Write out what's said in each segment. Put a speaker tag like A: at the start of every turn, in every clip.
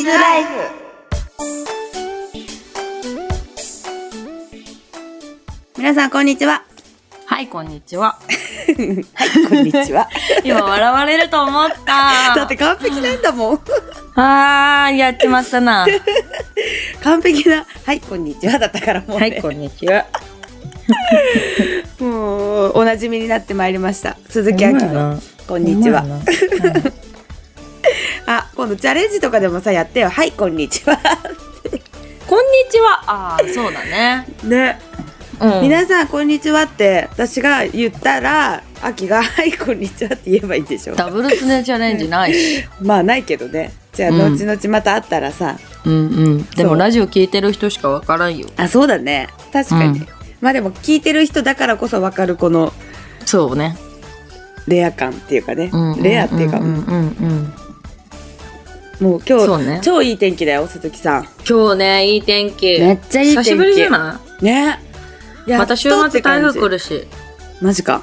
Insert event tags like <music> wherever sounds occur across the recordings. A: ズライフ皆さんこんに
B: <laughs>
A: ちは
B: はい、こんにちは。
A: はいこんにちは
B: 今、笑われると思った。
A: <laughs> だって完璧なんだもん <laughs>
B: あー、やっちまったな。
A: 完璧なはいこんにちはだったからもう、ね
B: んにちは。
A: もうおなじみになってまいりました鈴木
B: ほ
A: あ
B: んま
A: き
B: やな
A: のこんにちは
B: ほんまや
A: あ今度チャレンジとかでもさやってよはいこんにちは
B: こんにちは。あー、そうだ <laughs> ね。
A: ね
B: う
A: <laughs> 皆さんこんにちはって私が言ったらあきが「はいこんにちは」って言えばいいんでしょ
B: ダブルスネチャレンジないし。
A: まあないけどねじゃあ
B: うん
A: 後々また会ったらさ、
B: うんうん。で
A: そう
B: も、ラジオ聞いてる人しかわからんよ。
A: あそうだね確かに、
B: うん
A: まあでも聞いてる人だからこそ分かるこの
B: そうね。
A: レア感っていうかね、
B: うんうん
A: レアっていうか、
B: うんうんうん。
A: もう今
B: そう
A: 日、
B: ね
A: 超いい天気だよ鈴木さん
B: 今日ね、いい天気。
A: めっちゃいい天
B: 久
A: 気
B: しぶりじゃな
A: ね
B: い
A: や
B: ま
A: っ
B: た
A: とっ
B: 週
A: て感じ
B: 末台風来るし。
A: マジか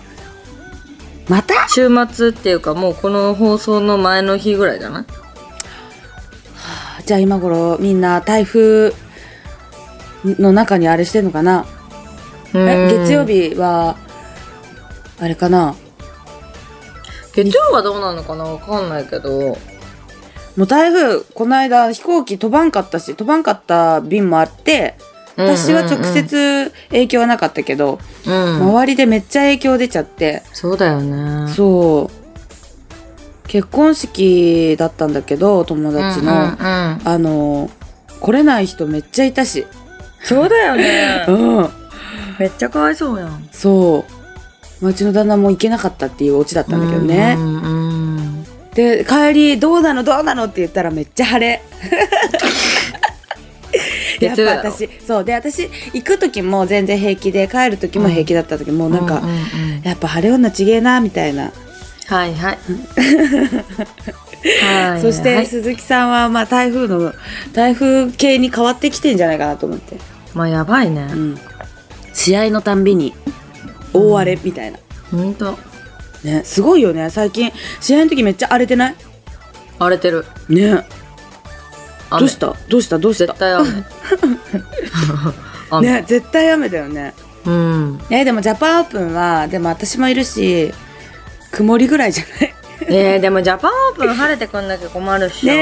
A: また
B: 週末っていうか、もうこの放送の前の日ぐらいじゃない
A: じゃあ今頃みんな台風の中にあれしてんのかなえ
B: うん
A: 月曜日はあれかな
B: 月曜はどうなのかなわかんないけど。
A: もう台風この間飛行機飛ばんかったし飛ばんかった便もあって私は直接影響はなかったけど、
B: うん。
A: 周りでめっちゃ影響出ちゃって、
B: そうだよね。
A: そう結婚式だったんだけど友達の、
B: うんうんうん
A: あの来れない人めっちゃいたし
B: そうだよね
A: う。ん
B: めっちゃかわいそうやん。
A: そう、まあうちの旦那も行けなかったっていうオチだったんだけどね、
B: うんうんうん
A: で帰りどうなのどうなのって言ったらめっちゃ晴
B: <laughs>
A: れやっ
B: 月曜
A: ぱ
B: だろ
A: 私そうで私行く時も全然平気で帰る時も平気だった時もなんか、
B: うううん
A: やっぱ晴れ女ちげえなみたいな、
B: はい
A: <laughs>
B: はい。はい。
A: そして、
B: はい
A: 鈴木さんはまあ台風の台風系に変わってきてんじゃないかなと思って、
B: まあやばいね。
A: うん、試合のたんびに大荒れみたいな、
B: ほんと。
A: ねすごいよね最近試合の時めっちゃ荒れてない
B: 荒れてる。
A: ね
B: 雨
A: どうしたどうしたどうした
B: 絶対雨。
A: <laughs>
B: 雨。
A: ね絶対雨だよね
B: うん。
A: えでもジャパンオープンはでも私もいるし曇りぐらいじゃない
B: ねえでもジャパンオープン晴れてくんなきゃ困るっしょ。あ
A: ね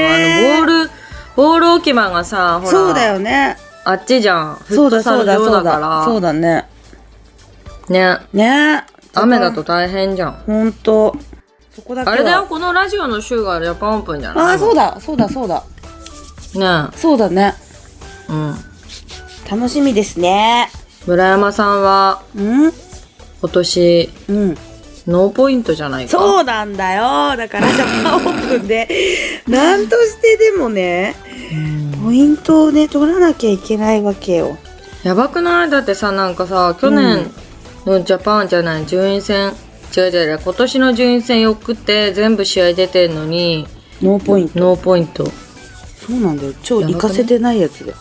B: の、
A: え
B: ボール、ボール置き場がさ、ほら。
A: そうだよね
B: あっちじゃん。
A: そうだ
B: フットサ
A: そう
B: ル
A: だ
B: 場
A: そう
B: だか
A: だ
B: ら。
A: そうだね
B: ね。
A: ね
B: 雨だと大変じゃん。
A: ほんとそこだけ
B: あ
A: は
B: れだよ、このラジオの週がジャパンオープンじゃない
A: あーそうだそうだそうだ
B: ね
A: そうだね
B: え。うん。
A: 楽しみですね
B: 村山さんは、
A: うん
B: 今年、
A: うん
B: ノーポイントじゃないか。
A: そうなんだよだからジャパンオープン <laughs> でなんとしてでもね
B: うん
A: ポイントをね取らなきゃいけないわけよ
B: やばくないだってさ、なんかさ、去年のジャパンじゃない、順位戦、違う違う違う、今年の順位戦よくて、全部試合出てんのに、
A: ノーポイント
B: ノーポイント。
A: そうなんだよ超
B: やば
A: 行
B: くね
A: かせてないやつで
B: ね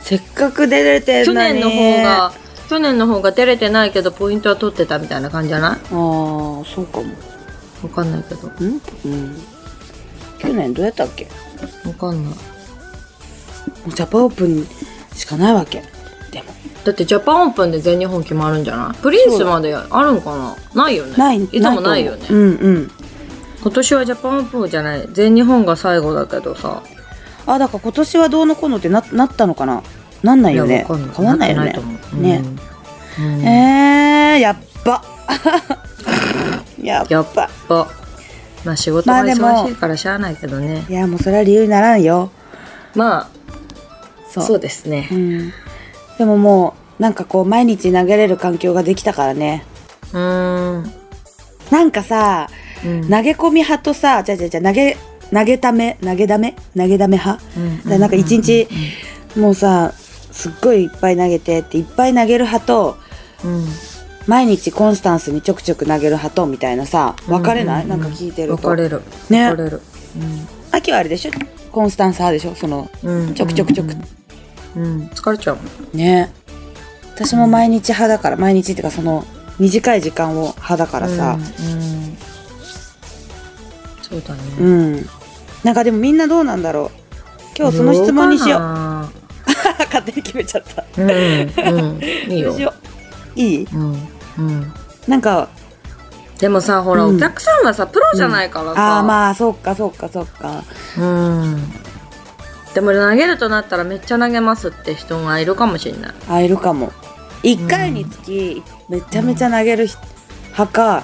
A: せっかく出れて
B: え去
A: んのに
B: 年の方が、去年の方が出れてないけど、ポイントは取ってたみたいな感じじゃない
A: ああそうかも
B: わかんないけど。
A: うん、うん、去年どうやったっけも
B: わかんない。
A: うジャパンオープンしかないわけでも
B: だってジャパンオープンで全日本決まるんじゃないプリンスまであるんかなないよね
A: ない
B: いつもないよ
A: と
B: ね
A: 思ううんうん
B: 今年はジャパンオープンじゃない全日本が最後だけどさ
A: あだから今年はどうのこうのってななったのかななんないよね
B: やわかんない
A: 変わんないよ
B: な
A: ね
B: ってないと思うう
A: ね、
B: んうん
A: えー、やっば <laughs> やっば
B: やっぱまあ仕事が
A: まあでも
B: 忙しいからしゃあないけどね
A: いやもうそれは理由にならんよ
B: まあ
A: そう
B: そうですね
A: うん、でももうなんかこう毎日投げれる環境ができたからね
B: うーん
A: なんかさ
B: うん
A: 投げ込み派とさじゃじゃじゃ投げ投げため投げだめ投げだめ派だからなんか一日もうさすっごいいっぱい投げてっていっぱい投げる派と
B: うん
A: 毎日コンスタンスにちょくちょく投げる派とみたいなさ分かれ
B: う
A: ない、
B: うう
A: なんか聞いてる
B: 分か
A: と
B: れる
A: ね
B: 分かれる
A: 秋はあれでしょコンスタンス派でしょその
B: うんうん
A: ちょくちょくちょく
B: うん疲れちゃう
A: ね私も毎日派だから毎日っていうかその短い時間を派だか
B: から
A: さ、
B: うんうんそうだね
A: うん、なんかでもみんなどうなんだろう今日その質問にしよう
B: う。
A: <laughs> 勝手に決めちゃった
B: うん、うん、いい
A: ど
B: よ
A: うし。よういい
B: うん、うん。
A: なんか
B: でもさ、ほら、
A: うん
B: お客さんはさ、プロじゃないからさ。
A: ああまあそうかそうかそうか
B: うん。でも投げるとなったらめっちゃ投げますって人がいるかもしれない。
A: あいるかも1回につきめちゃめちゃ投げる人派か、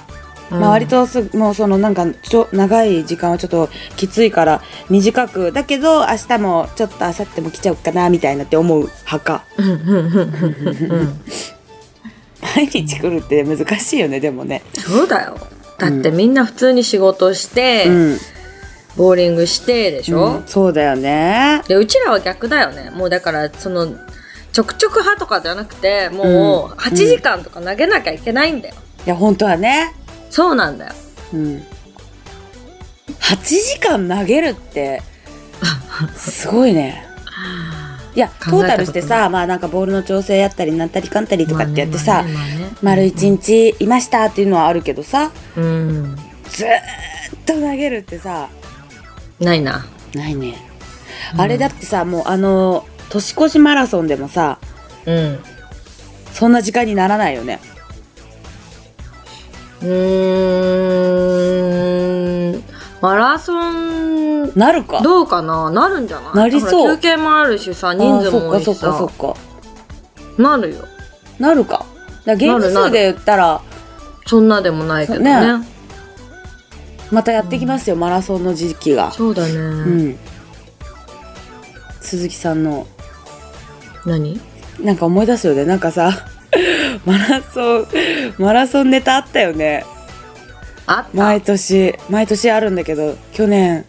B: うん
A: まあ割とすもうそのなんかちょ長い時間はちょっときついから短くだけど明日もちょっと明後日も来ちゃおうかなみたいなって思う派か
B: うん、うん、うん、うん。
A: 毎日来るって難しいよねでもね
B: そうだよ。だってみんな普通に仕事して、
A: うん、
B: ボーリングしてでしょ、
A: うんそうだよね
B: でうちらは逆だよねもうだからそのちょくちょく派とかじゃなくてもう
A: うん
B: 8時間とか投げなきゃいけないんだよ、
A: いや本当はね
B: そうなん <laughs> だよ
A: うん8時間投げるってすごいねいやト
B: 考えたことない
A: ータルしてさまあなんかボールの調整やったりなんたりかんたりとかってやってさ、
B: まあねまあね
A: 丸一日いましたっていうのはあるけどさ
B: うん
A: ずーっと投げるってさ
B: ないな
A: ないねあれだってさもうあの年越しマラソンでもさ
B: うんう
A: そんな時間にならないよね
B: ーんマラソン
A: なるか
B: どうかななるんじゃない
A: なりそう
B: だから休憩もあるしさ人
A: あー
B: 数
A: そ
B: も
A: っ
B: 多
A: か
B: い
A: そ
B: し
A: っかそ
B: さ
A: っか
B: なるよ
A: なるかだからゲーム
B: なるな
A: 数
B: る
A: で言ったら
B: そんなでもないけど
A: そ
B: ね
A: うまたやってきますよ、マラソンの時期が
B: そうだね、
A: うん鈴木さんの
B: 何
A: なんか思い出すよねなんかさ <laughs> マラソンマラソンネタあったよね
B: あった、
A: 毎年毎年あるんだけど去年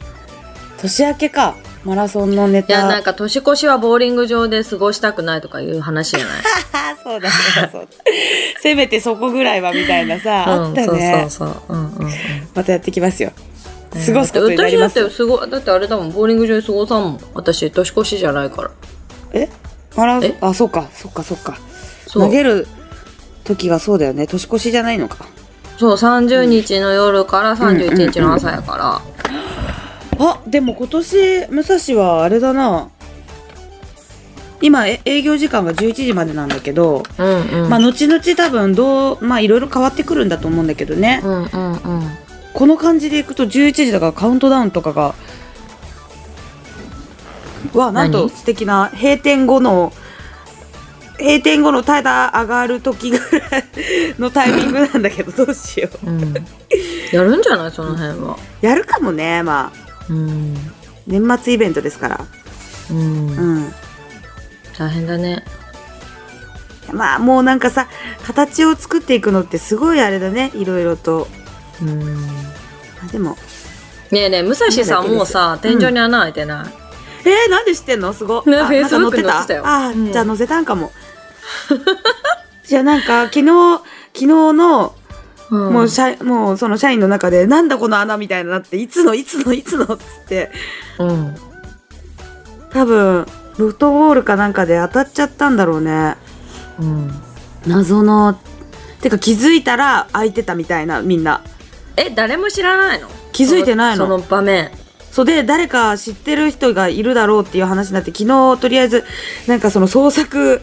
A: 年明けかマラソンのネ
B: いや、な
A: タ
B: んか年越しはボーリング場で過ごしたくないとかいう話じゃない。
A: あそうだそうだそうだせめてそこぐらいはみたいなさ、 <laughs> あった
B: う
A: ね
B: ん、そうそうそう。うんうんうん。
A: またやってきますよ過ごすことになり
B: だ
A: ま
B: っ
A: す
B: て私だってすごい、だってあれだもん、ボーリング場で過ごさんもん。私、年越しじゃないから。
A: えマラ
B: え
A: あそうかそうかそうか
B: そう
A: 投げる時がそうだよね年越しじゃないのか
B: そう、30日の夜から31日の朝やから。
A: あでも今年武蔵はあれだな今え営業時間が11時までなんだけど、
B: うんうん。
A: まあ後々多分どうまあいろいろ変わってくるんだと思うんだけどね、
B: うんうんうん。
A: この感じでいくと11時だからカウントダウンとかがわなんと
B: 何
A: 素敵な閉店後の閉店後のただ上がる時ぐらいのタイミングなんだけどどう <laughs> しよう
B: うん、やるんじゃないその辺は。
A: やるかもねまあ
B: うん。
A: 年末イベントですから
B: うん。
A: うん
B: 大変だね。
A: まあもうなんかさ形を作っていくのってすごいあれだねいろいろと
B: うん。
A: あでも
B: ねえねえ、武蔵さんもうさ、
A: いいんだけど
B: 天井に穴開いてない。
A: えー、なんで知ってんのすご
B: ね
A: あ
B: Facebook
A: なんか載って
B: に
A: た
B: 載ってたよ
A: あー、
B: うん
A: じゃあ載せたんかも <laughs> じゃあなんか昨日昨日の、
B: うん
A: もう社もうその社員の中でなんだこの穴みたいになっていつのいつのいつのっつって
B: うん。
A: 多分ロフトボールかなんかで当たっちゃったんだろうね
B: うん。
A: 謎のてか気づいたら開いてたみたいなみんな
B: え誰も知らないの
A: 気づいてないの
B: そのその場面
A: そうで誰か知ってる人がいるだろうっていう話になって昨日とりあえずなんかその捜索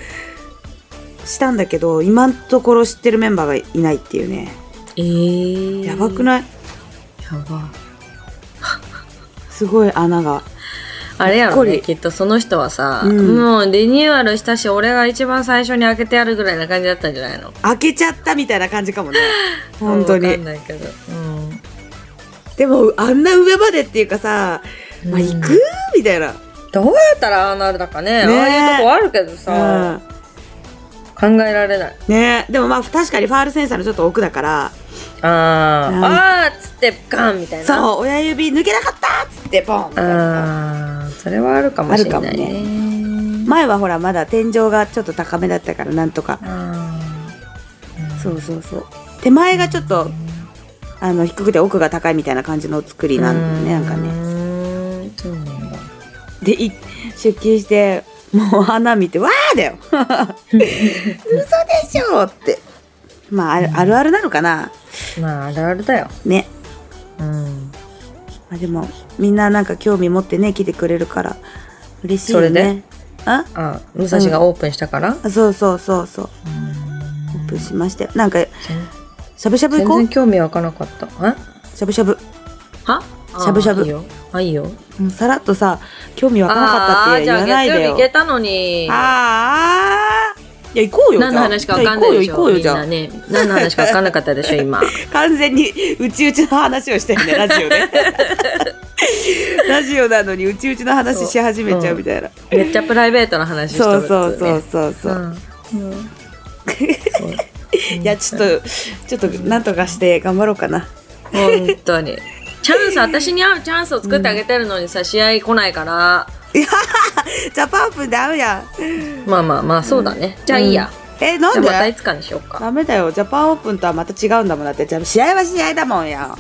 A: したんだけど今のところ知ってるメンバーがいないっていうね
B: えー、
A: やばく
B: い
A: ない
B: やば
A: すごい穴が
B: あれやろ
A: ほっこ
B: ね
A: り
B: きっとその人はさ、
A: うん
B: もうリニューアルしたし俺が一番最初に開けてやるぐらいな感じだったんじゃないの
A: 開けちゃったみたいな感じか
B: <laughs>
A: もね本当
B: わかん
A: に
B: ないけど、うん、
A: でもあんな上までっていうかさ、まあ、
B: うん
A: 行くみたいな、
B: どうやったらああなるだかね
A: ねえ
B: ああいうとこあるけどさ、
A: う
B: 考えられない
A: ん、ねでもまあ確かにファールセンサーのちょっと奥だから
B: あー、
A: うん
B: あーっつってガンみたいなう
A: そう親指抜けなかったっつってポンみたい
B: あ
A: な
B: ーそれはあるかもしれない
A: あるかも
B: ね
A: 前はほらまだ天井がちょっと高めだったからなんとか
B: あー
A: そうそうそう手前がちょっとあの低くて奥が高いみたいな感じの作りなんだよねなんかね
B: ねそうなんだ
A: でい出勤してもう花見て「わー!」だよ嘘でしょってまああるあるあるなのかな
B: まああるあるだよ。
A: ね、
B: うん。
A: まあ、でもみんななんか興味持ってね来てくれるから嬉しいよね
B: それで
A: あ
B: あ武蔵がオープンしたから、
A: あそうそうそうそうオープンしましたよなんか
B: 全
A: しゃぶしゃぶ行
B: 全
A: こ
B: 然
A: う
B: 興味湧かなかったえ
A: しゃぶしゃぶ
B: はあー
A: しゃぶしゃぶ
B: いいよあいいよ
A: うんさらっとさ興味わからなかったっ
B: あ
A: て
B: ー
A: 言
B: じゃ
A: わ
B: あ
A: ない
B: 月曜
A: で
B: 日
A: よ
B: 行けたのに
A: ああいや行こうよ
B: 何の話か分かんないでし
A: じゃあ行こ
B: ょ
A: うよ行こうよ
B: みん
A: じゃあ
B: なね何の話か分かんなかったでしょ
A: <laughs>
B: 今
A: 完全にうちうちの話をしてる
B: <laughs>
A: ねラジオでラジオなのにうちうちの話し始めちゃうみたいな
B: めっちゃプライベートな話しと
A: そ
B: る
A: うそうそう
B: 普
A: そうそ
B: 通
A: う、
B: ねうんうん
A: いやちょっとちょっとなんとかして頑張ろうかな
B: 本当にチャンス私に合うチャンスを作ってあげてるのにさ試合来ないから
A: ジャパンオープンで会うやん
B: まあまあまあそうだね、じゃあいいや、
A: えなん
B: じゃあまたい
A: で
B: つかにしようか
A: ダメだよジャパンオープンとはまた違うんだもんだってじゃあ試合は試合だもんや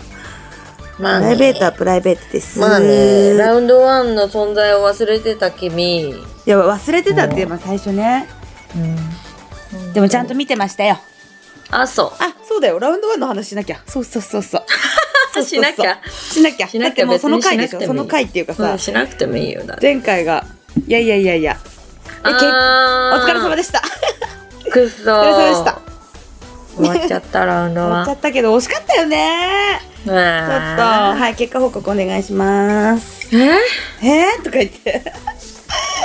A: プ
B: ま
A: ライベートはプライベートです
B: まあねラウンドワンの存在を忘れてた君、
A: いや忘れてたって、まあ、最初ねでもちゃんと見てましたよ
B: あそう
A: あそうだよラウンドワンの話しなきゃそうそうそうそうそうそうそ
B: <laughs>
A: う
B: しなきゃ
A: しなきゃ
B: し
A: だ
B: な
A: っ
B: き
A: て
B: ゃ
A: もうその
B: 別
A: 回
B: に
A: で
B: し
A: し
B: な
A: ょ
B: くて
A: そ
B: もいい
A: の回っていうかさ、
B: うんしなくてもいいよだって
A: 前回がいやいやいやいやえ結お
B: あー
A: 疲れ様でした
B: くっそー
A: お疲れ様でした
B: 終わっちゃったラウンド
A: 終わっ
B: は
A: ちゃったけど惜しかったよね
B: ちょっと
A: ちょっとはい結果報告お願いします
B: え
A: えー、とか言って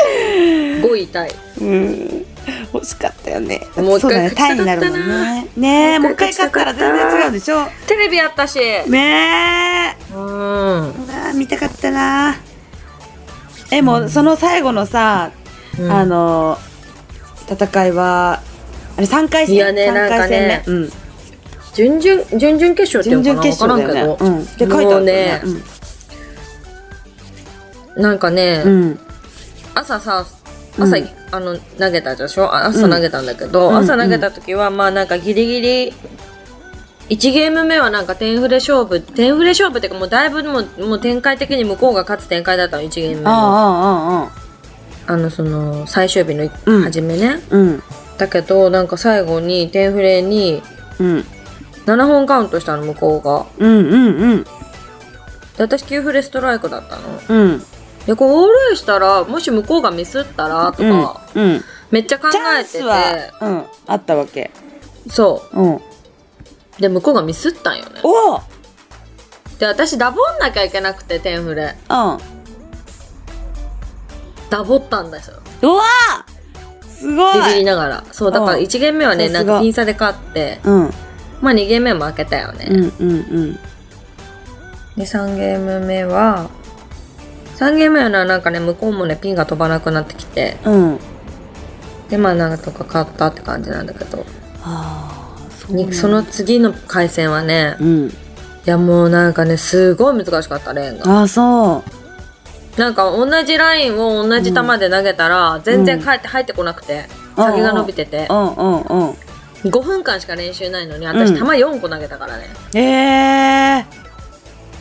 B: ー、5位タイ
A: うん惜しかったよね
B: もう一回
A: そうだね
B: 勝ち
A: タ
B: たかったな
A: イになるもんねねえ
B: も
A: もう
B: う
A: 一
B: 一
A: 回
B: 回
A: 勝
B: 勝
A: っ
B: ち
A: た
B: た
A: ら
B: かった
A: 全然違うでしょ
B: テレビあったしう
A: ねえ
B: ん、うん
A: うわー見たかったなえもうその最後のさ、あの戦いはあれ3回戦
B: いやね
A: 三回戦
B: なんか
A: 目、うん、
B: 準々準々決勝っていう
A: 準
B: のか
A: 々
B: な
A: 決勝だよね
B: わ
A: う
B: からん
A: ん、
B: け
A: で
B: ど、
A: 書いてあ
B: も
A: る
B: う
A: ね
B: ね、なんかね、
A: うん、うん、
B: 朝さ
A: うん
B: 朝、あの投げたでしょあ朝投げたんだけど、
A: うん
B: 朝投げた時はまあなんかギリギリ1ゲーム目はなんか点フレ勝負点フレ勝負っていうかもうだいぶもうもう展開的に向こうが勝つ展開だったの1ゲーム目の
A: あああああ
B: あのその最終日の
A: うん
B: 初めね、
A: あうん
B: だけどなんか最後に点フレに
A: うん
B: 7本カウントしたの向こうが
A: うんうんうん
B: で私9フレストライクだったの
A: うん
B: でこうオールインしたらもし向こうがミスったらと
A: うん
B: か、
A: うん
B: めっちゃ考
A: チャ
B: え
A: ン
B: てて
A: スは、うん、あったわけ
B: そ
A: うん
B: うで向こうがミスったんよね
A: おお
B: で私ダボんなきゃいけなくてテンフレ
A: うん
B: ダボったんですよ
A: うわーすご
B: ビビり
A: い
B: ながらそうだから
A: うん
B: 1ゲーム目はね
A: さ
B: な
A: すが
B: んか僅差で勝って
A: うんうん
B: まあ2ゲーム目も負けたよ
A: う
B: ね、
A: んうん
B: で3ゲーム目は3ゲーム目はななんかね向こうもねピンが飛ばなくなってきて
A: うん
B: でまあなんとか勝ったって感じなんだけど、
A: ああそ
B: にその次の回戦はね
A: うん
B: いやもうなんかねすごい難しかったレーンが
A: ああそう
B: なんか同じラインを同じ球で投げたら、全然返って入ってこなくて、
A: うん
B: 先が伸びてて、
A: うんうんうん
B: 5分間しか練習ないのに
A: う
B: 私
A: ん
B: 球4個投げたからね、
A: ええ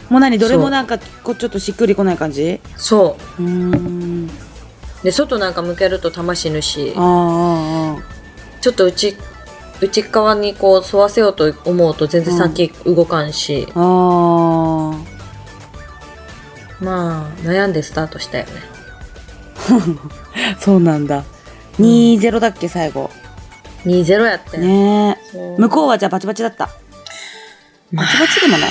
A: もう何どれ
B: そ
A: も
B: う
A: なんかこうちょっとしっくりこない感じ
B: そう
A: ーん
B: うで外なんか向けると球死ぬし
A: あーあーあ
B: ちょっと内内側にこう沿わせようと思うと全然先動かんし、
A: ーあー
B: まあ悩んでスタートしたよね
A: そうなんだ
B: うん
A: 2-0だっけ最後
B: 2-0やって、
A: ねえ
B: そう
A: 向こうはじゃあバチバチだったバチバチでもない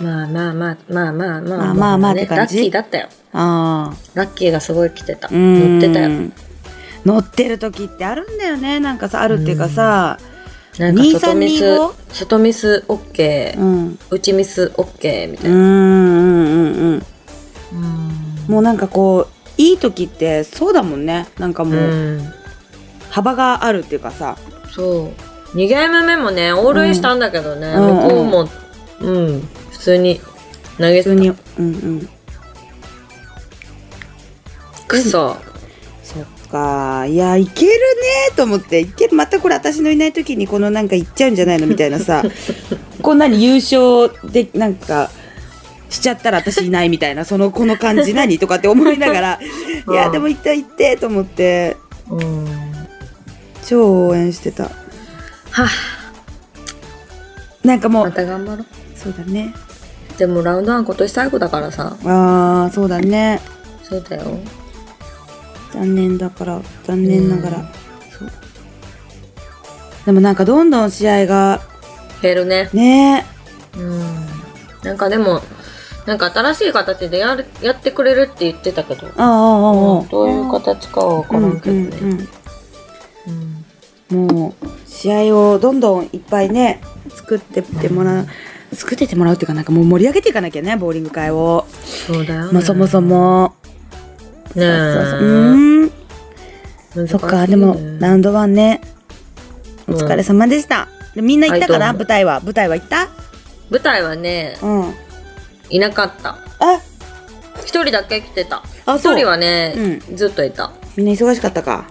B: まあまあまあまあまあまあ
A: まあまあまあって感
B: ラッ
A: じ
B: キーだったよ
A: ああ
B: ラッキーがすごい来てた
A: うーん
B: 乗ってたよ
A: 乗ってる時ってあるんだよねなんかさあるっていうかさ
B: なんか外ミス
A: 2325
B: 外ミス OK、
A: うんう
B: 内ミス OK みた
A: ー
B: いな、
A: んうんうんうんもうなんかこういい時ってそうだもんねなんかも
B: う
A: うん幅があるっていうかさ
B: そう2ゲーム目もねオールインしたんだけどね、
A: うん
B: 向こうもうん、普通に投げ
A: 普通
B: て
A: にうんうん
B: たくそ、
A: そっかいやいけるねと思っていけるまたこれ私のいない時にこのなんか行っちゃうんじゃないのみたいなさ <laughs> こんなに優勝でなんかしちゃったら私いないみたいなそのこの感じ何とかって思いなが <laughs> らいやでも行った行ってと思って
B: うん
A: 超応援してた
B: はあ
A: なんかも
B: ま
A: う
B: た頑張ろう
A: そうだね
B: でもラウンドワン今年最後だからさ
A: あーそうだね
B: そうだよ
A: 残念だから残念ながら、そうでもなんかどんどん試合が
B: 減るね。
A: ね
B: うん。なんかでも、なんか新しい形でやるやってくれるって言ってたけど、
A: ああああああ
B: どういう形かは分からんけどね。うん
A: もう試合をどんどんいっぱいね作ってってもらう作ってってもらうっていうかなんかもう盛り上げていかなきゃねボーリング会を、
B: そうだよ、ね。
A: まあ、そもそ。も
B: ねえ。
A: そうそうそううん
B: 難しいね
A: そっかでもラウンドワンねお疲れ様でした、でみんな行ったかな、
B: はいどうも
A: 舞台は舞台は行った
B: 舞台はね、
A: うんあ
B: いなかった。一人だけ来てた。
A: あそう
B: 一人はね、ずっといた。
A: みんな忙しかったか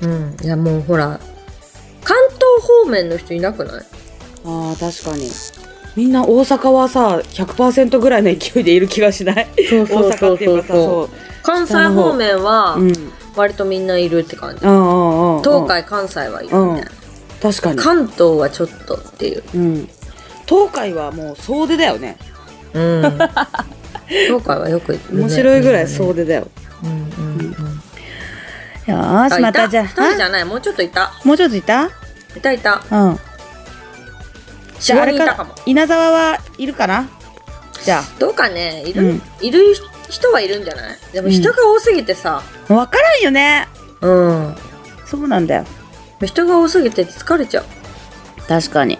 B: うん。いや、もうほら、関東方面の人いなくない
A: あー確かにみんな大阪はさ100%ぐらいの勢いでいる気がし <laughs> ない
B: そうそうそうそう
A: 大阪っていえばさそ
B: 関西方面は
A: う、うん、
B: 割とみんないるって感じ。
A: ああああああ
B: 東海、関西はいる
A: うん
B: ね。
A: 確かに、
B: 関東はちょっとっていう。
A: うん、東海はもう総出だよね
B: うん。東海はよく行くね
A: 面白いぐらい総出だよ、
B: うんうんうん。
A: よー
B: あ
A: し
B: い
A: ま
B: た
A: たじゃ
B: 一人じ
A: あ
B: ゃない、もうちょっといた。
A: もうちょっといた
B: いたいた。
A: うんじゃああ
B: 4
A: れ
B: 人い
A: か
B: たかも。
A: 稲沢はいるかなじゃ
B: どうかね、いうる
A: ん、
B: いる人はいるんじゃないでも人が多すぎてさ、
A: あ分からんよね
B: うん。
A: そうなんだよ
B: 人が多すぎて疲れちゃう。
A: 確かに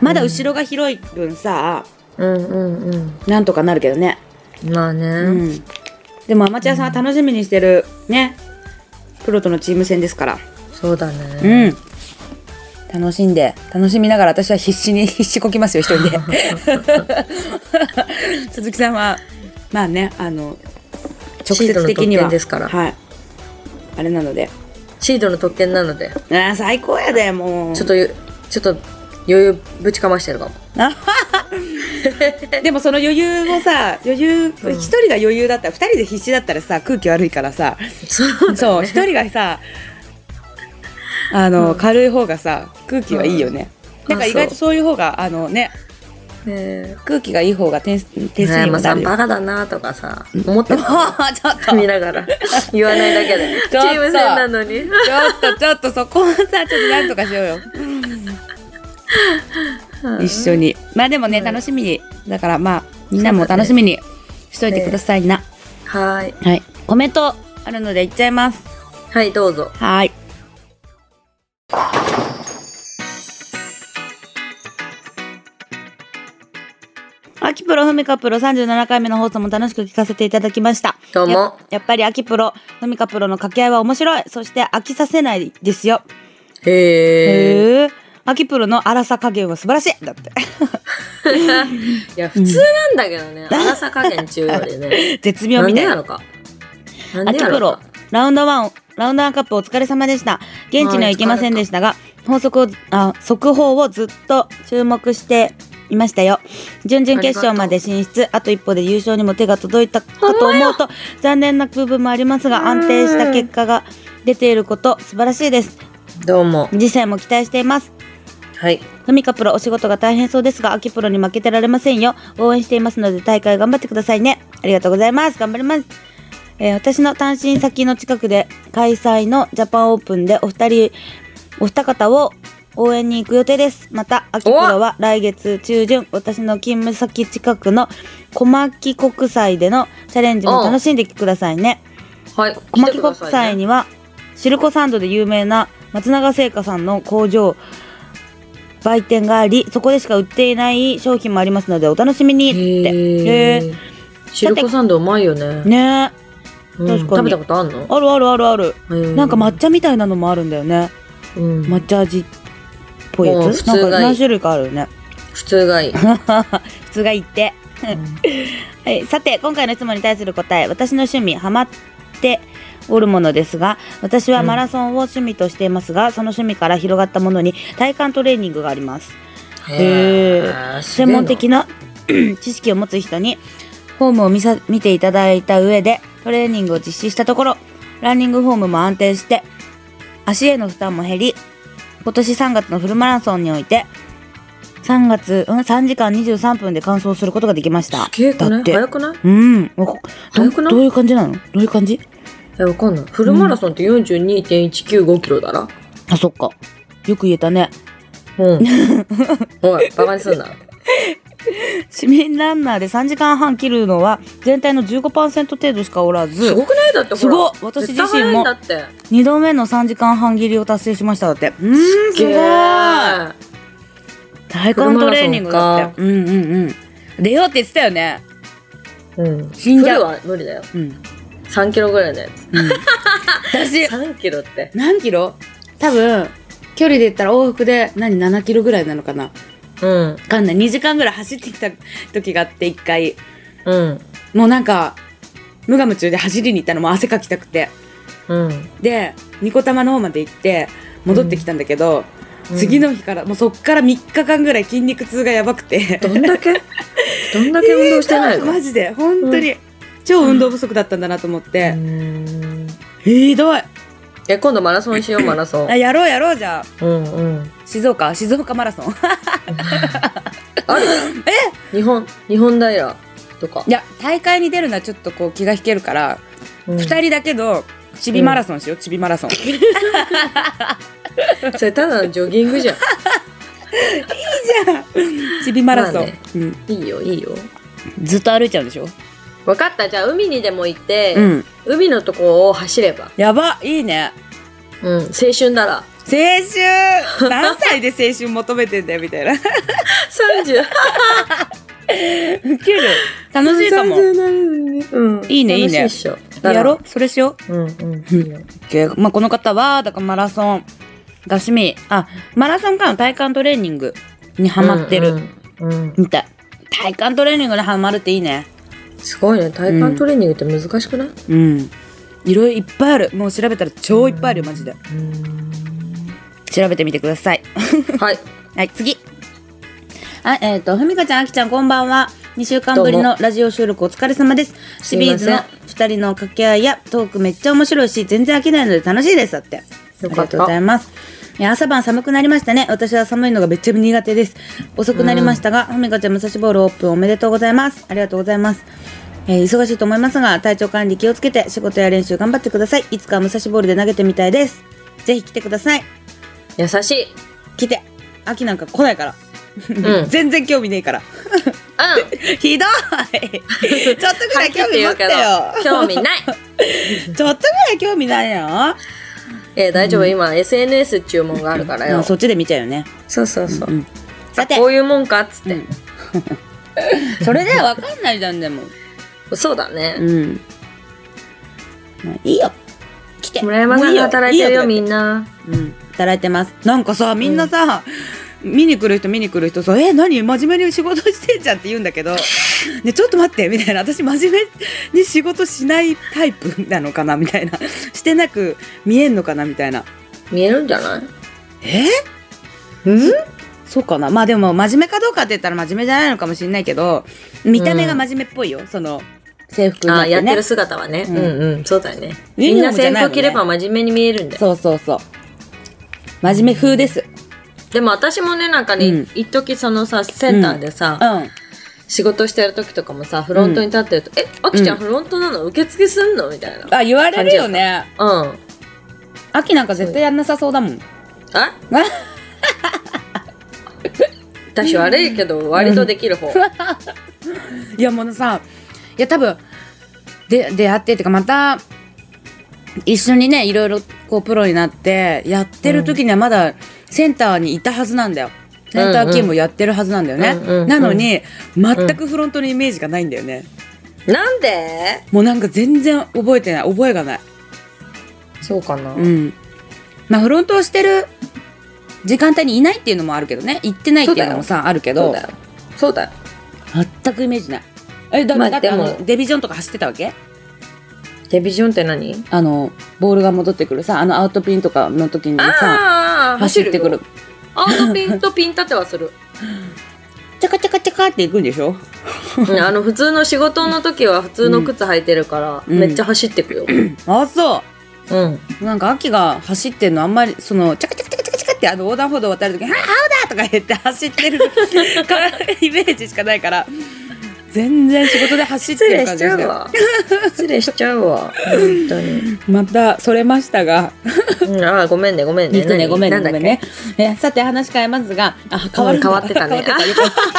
A: まだ後ろが広い分さ、
B: うんうん
A: なんとかなるけどね
B: うん。まあね。
A: うん、でもアマチュアさんは楽しみにしてるねプロとのチーム戦ですから
B: そうだ
A: う
B: ね。
A: ん楽しんで楽しみながら私は必死に <laughs> 必死こきますよ一
B: <laughs>
A: 人で鈴木さんはまあねあの直接的に
B: シードの特
A: は
B: 権ですから
A: はい、あれなので
B: シードの特権なので、
A: あー最高やでもう
B: ちょっとゆ、ちょっと余裕ぶちかましてるかも。
A: <laughs> でもその余裕をさ余裕一、人が余裕だったら二人で必死だったらさ空気悪いからさ
B: そう。
A: そう一人がさあの、軽い方がさ空気はいいよね、
B: うん
A: なんか意外とそういう方があのね
B: えー
A: 空気がいい方が点数点数
B: 村
A: に
B: 山
A: もな
B: さん
A: るよ、
B: バカだなとかさ、思って
A: もう
B: た。
A: <laughs> ちょっと
B: 見な <laughs> がら言わないだけで
A: ち
B: チ
A: ょっと
B: ーム戦なのに
A: ちょっとちょっとそこはさちょっとなんとかしようよ一緒にまあでもね、
B: うん
A: 楽しみにだからまあみんなも楽しみにしといてくださいな、
B: はーい
A: はいコメントあるのでいっちゃいます
B: はいどうぞ
A: はい。秋プロふみかプロ37回目の放送も楽しく聞かせていただきました。
B: どうも
A: や。やっぱり秋プロ、ふみかプロの掛け合いは面白い。そして飽きさせないですよ。
B: へえ
A: へえ。秋プロの荒さ加減は素晴らしいだって。
B: <laughs> いや普通なんだけどね荒さ加減中より <laughs> ね
A: 絶妙
B: なん
A: みた
B: で
A: い
B: や
A: な。
B: ろかなんで
A: 秋
B: や
A: プ
B: ろ
A: ロ
B: か、
A: ラウンドワン、ラウンドワンカップお疲れ様でした。現地には行けませんでしたが、法則を、あ、速報をずっと注目していましたよ。準々決勝まで進出、あと一歩で優勝にも手が届いたかと思うと、残念な部分もありますが、安定した結果が出ていること、素晴らしいです。
B: どうも
A: 次戦も期待しています。
B: はい
A: ふみかプロお仕事が大変そうですが、秋プロに負けてられませんよ。応援していますので大会頑張ってくださいね。ありがとうございます。頑張ります。えー私の単身先の近くで開催のジャパンオープンでお二人、お二方を応援に行く予定です。また、秋プロは来月中旬、私の勤務先近くの小牧国際でのチャレンジも楽しんでくださいね。
B: はい
A: 小
B: 来て
A: 牧
B: くだ
A: 国
B: さい
A: 際
B: ね
A: にはシルコサンドで有名な松永製菓さんの工場売店がありそこでしか売っていない商品もありますのでお楽しみにって
B: へ
A: へ
B: えシルコサンドうまいよね
A: えねえ
B: うん
A: 確
B: 食
A: かに
B: べたことあんの
A: あるあるあるある
B: な
A: なんか抹茶みたいなのもあるんだよね抹茶味っぽい
B: も
A: や
B: う
A: つ
B: 普
A: なん
B: 通
A: か
B: がいい
A: 何種類かあるよね <laughs>
B: 普通がいい
A: 普通がいいってはい、さて今回の質問に対する答え私の趣味ハマっておるものですが私はマラソンを趣味としていますが、その趣味から広がったものに体幹トレーニングがありますへ
B: え
A: 専門的な <clears throat> 知識を持つ人にフォームを見さ見ていただいた上でトレーニングを実施したところランニングフォームも安定して足への負担も減り今年3月のフルマラソンにおいて3月、うん、3時間23分で完走することができました
B: すげえく
A: だ
B: な
A: っ
B: い
A: て
B: 早くない
A: うん。おど
B: 早くない
A: どういう感じなのどういう感じ
B: え、わかんない。フルマラソンって42.195キロだな。
A: あ、そっか。よく言えたね。 <laughs>
B: うん。おい、バカにすんな。
A: 市民ランナーで3時間半切るのは全体の15%程度しかおら
B: す
A: ず、
B: ごくないだってほら。
A: すごい私自身
B: 絶対早い
A: も
B: んだって。
A: 2度目の3時間半切りを達成しましただって。うーん、すごい。
B: ー
A: 体幹トレーニングだって。うんうんうん。出ようって言ってたよね。
B: うん。
A: 死んじゃう
B: フルは無理だよ。
A: うん。うん、
B: 3キロぐらいだよ。
A: <laughs> 私、
B: 3キロって。
A: 何キロ多分、距離で言ったら往復で何7キロぐらいなのかな。わ
B: うん。
A: かんない。2時間ぐらい走ってきた時があって、1回。
B: うん。
A: もうなんか、無我夢中で走りに行ったのもう汗かきたくて。
B: うん。
A: で、ニコ玉の方まで行って、戻ってきたんだけど、
B: うん
A: 次の日から、もうそっから3日間ぐらい筋肉痛がやばくて。
B: どんだ <laughs> けどんだけ運動してないの、
A: <laughs> マジで、本当に、超運動不足だったんだなと思っ
B: う
A: て。
B: ん
A: ひどい
B: え、今度マラソンしよう、マラソン
A: あ。やろうやろうじゃあ
B: うん <laughs> うん。
A: 静岡静岡マラ <laughs> ソン
B: あるえ日本、日本平とか
A: い。や大会に出るのはちょっとこう気が引けるから、
B: 二、
A: 二2人だけどチビマラソンしよう、チビマラソンいい
B: それただのジョギングじゃん。
A: じゃんチビマラソン、
B: まあね
A: うん、
B: いいよ、いいよ。
A: ずっと歩いちゃうんでしょ
B: わかった。じゃあ、海にでも行って、
A: うん
B: 海のとこを走れば。
A: やばいいね
B: うん。青春なら。
A: 青春何歳で青春求めてんだよみたいな
B: 30。
A: ウケる楽しいかも
B: 30なるのにうん。
A: いいねいいね
B: 楽しっしょ。
A: やろそれしよ
B: うんうん。いいよ
A: う、OK まあ、この方はだからマラソンが趣味あマラソンからの体幹トレーニングにハマってる、
B: うんうんうん
A: みたい。体幹トレーニングにハマるっていいね。
B: すごいね。体幹トレーニングって難しくない、
A: うん。いろいろいっぱいある。もう調べたら超いっぱいあるよ、マジで。調べてみてください。
B: はい。
A: はい、次。はい、えっ、と、ふみかちゃん、あきちゃん、こんばんは。2週間ぶり
B: どう
A: のラジオ収録お疲れ様です。シリーズの
B: すいま
A: 2人の掛け合いやトークめっちゃ面白いし、全然飽きないので楽しいです。だって。
B: よかった
A: ありがとうございます。いや朝晩寒くなりましたね。私は寒いのがめっちゃ苦手です。遅くなりましたが、ふみかちゃん、武蔵ボールオープンおめでとうございます。ありがとうございます。えー忙しいと思いますが、体調管理気をつけて、仕事や練習頑張ってください。いつかは武蔵ボールで投げてみたいです。ぜひ来てください。
B: 優しい。
A: <laughs> 来て秋なんか来ないから、
B: うん
A: 全然興味ねえから <laughs>
B: う <laughs>
A: ひどいちょっと
B: ん。
A: ぐらい興味持ってよ
B: はっきり言うけど興味な
A: <laughs>
B: い。
A: ちょっとぐらい興味ないよ
B: えー、大丈夫、今 SNS 注文があるから
A: う
B: よ。
A: んそっちで見ちゃうよね
B: そうそうそう。
A: んさて
B: こういうもんかっつって。
A: それでは分かんないじゃんでも
B: そうだ
A: う
B: ね。
A: ん、まあいいよ来て
B: 村山さんが働いてるよ、み
A: な、
B: んな。
A: うん、働いてますなんかさみんなさ、見に来る人見に来る人さ「え何真面目に仕事してんじゃん」って言うんだけど「ねちょっと待って」みたいな私真面目に仕事しないタイプなのかなみたいなしてなく見えんのかなみたいな
B: 見えるんじゃない
A: え
B: うん
A: そうかなまあでも真面目かどうかって言ったら真面目じゃないのかもしれないけど見た目が真面目っぽいよ、その制服に
B: あ
A: なっ
B: ーやっ
A: て
B: て
A: ね
B: る姿はね。
A: う
B: うんんうん。そうだよね。
A: ユ
B: み
A: ニ
B: ん
A: フォー
B: な
A: ムじゃ
B: 制
A: ないもんね
B: 服着れば真面目に見えるんだよ。
A: そうそうそう真面目風です
B: でも私もね、なんか
A: うん
B: ね、一時そのさ、センターでさ
A: う、ん
B: 仕事してる時とかもさ、フロントに立ってると、え、あきちゃん
A: うん
B: フロントなの受付すんのみたいな。
A: あ言われるよね
B: うん。
A: 秋なんか絶対やんなさそうだもん
B: <laughs> あ私悪いけど、割とできる方。
A: いやもうさいや多分で出会ってっていうかまた一緒にねいろいろこうプロになってやってる時にはまだセンターにいたはずなんだよセンター勤務やってるはずなんだよね、
B: うんうんうん
A: なのに全くフロントのイメージがないんだよね、
B: なんで
A: もうなんか全然覚えてない覚えがない
B: そうかな。
A: うんまあフロントをしてる時間帯にいないっていうのもあるけどね行ってないっていうのもさあるけ
B: そ
A: ど
B: うだよ。そうだよ。
A: 全くイメージないえだ,、
B: まあ
A: だって
B: で
A: あ
B: も
A: のデビジョンとか走ってたわけ
B: デビジョンって何
A: あのボールが戻ってくるさあのアウトピンとかの時にさ
B: ああ、
A: 走ってくる
B: よ。アウトピンとピン立てはす <laughs> る。
A: チャカチャカチャカっていくんでしょ
B: うんあの、普通の仕事の時は普通の靴履いてるから、
A: うん
B: めっちゃ走ってくよ。
A: あそ
B: うん。
A: うなんか秋が走ってんのあんまりそのチャカチャカチャカチャカチャカってあの横断歩道を
B: <laughs>
A: <laughs> 渡る時に「ああ青だ!」とか言って走ってるかイメージしかないから全然仕事で走っ
B: 失
A: て
B: 礼
A: る感
B: し
A: じ
B: ち
A: で
B: ゃ
A: す
B: う
A: よ
B: わ。失礼しちゃうわ。本当に。
A: またそれましたが
B: うん、あーごめんね、ごめんね。
A: えっとね、
B: 何
A: ごめんね、
B: なんだ
A: ご
B: っ
A: め
B: け
A: んね。えさて、話変えますが、あ、変わるんだ
B: うん変わってたね
A: 変わ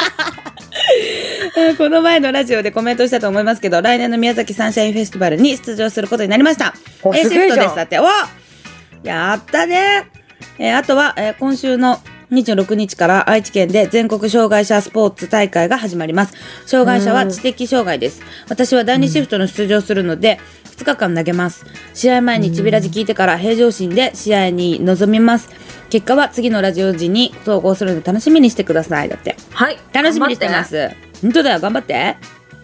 A: ってたよ <laughs> この前のラジオでコメントしたと思いますけど、来年の宮崎サンシャインフェスティバルに出場することになりました。
B: お
A: A シ
B: すげ
A: フ
B: え
A: ト
B: じ
A: で
B: ゃん
A: す。だって。おやったねえーあとは、えー今週の26日から愛知県で全国障害者スポーツ大会が始まります。障害者は知的障害です。私は第2シフトの出場するので、2日間投げます。試合前にちびらじ聞いてから平常心で試合に臨みます。結果は次のラジオ時に投稿するので楽しみにしてください。だって。
B: はい。
A: 楽しみにしてます。本当だよ、頑張って。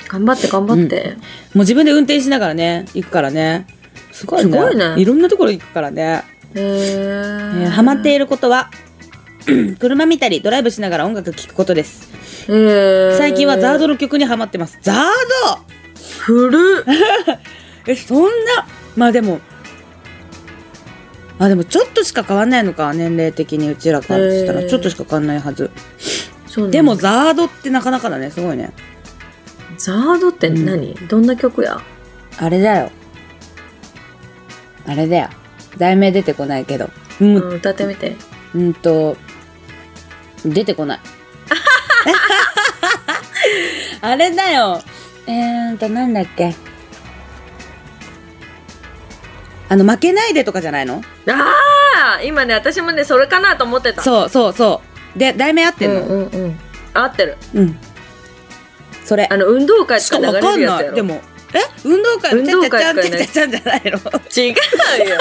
B: 頑張って。頑張って、頑張って。
A: もう自分で運転しながらね、行くからね。すごいね。
B: すごいね
A: いろんなところ行くからね。
B: えー
A: えーハマっていることは <clears throat> 車見たりドライブしながら音楽聴くことです
B: えー
A: 最近はザードの曲にハマってますザー
B: 古っ。
A: ドえそんなまあでもあでもちょっとしか変わんないのか年齢的にうちらからしたら
B: へー
A: ちょっとしか変わんないはず
B: そうなんだ
A: でもザードってなかなかだねすごいね
B: ザードって何、どんな曲や
A: あれだよあれだよ題名出てこないけども
B: う
A: うん
B: 歌ってみて。
A: うんと出
B: <laughs>
A: てこないあれだよえー、となんだっけあの負けないでとかじゃないの
B: ああ今ね、私もね、それかなと思ってた。う。
A: そうそうそうで題名合ってん
B: ん
A: の
B: うんうん。合ってる。
A: うん、それ
B: あの、運動会
A: し
B: と
A: か
B: か流れ
A: わか
B: る
A: ん
B: やつ
A: な
B: や
A: い
B: ろ。
A: でもえ運動会の
B: 運
A: ちゃ
B: 動
A: ちゃち
B: 会
A: ゃんち
B: とかね
A: ゃちゃちゃんじゃない
B: <laughs>
A: の
B: 違う
A: <laughs>
B: よ。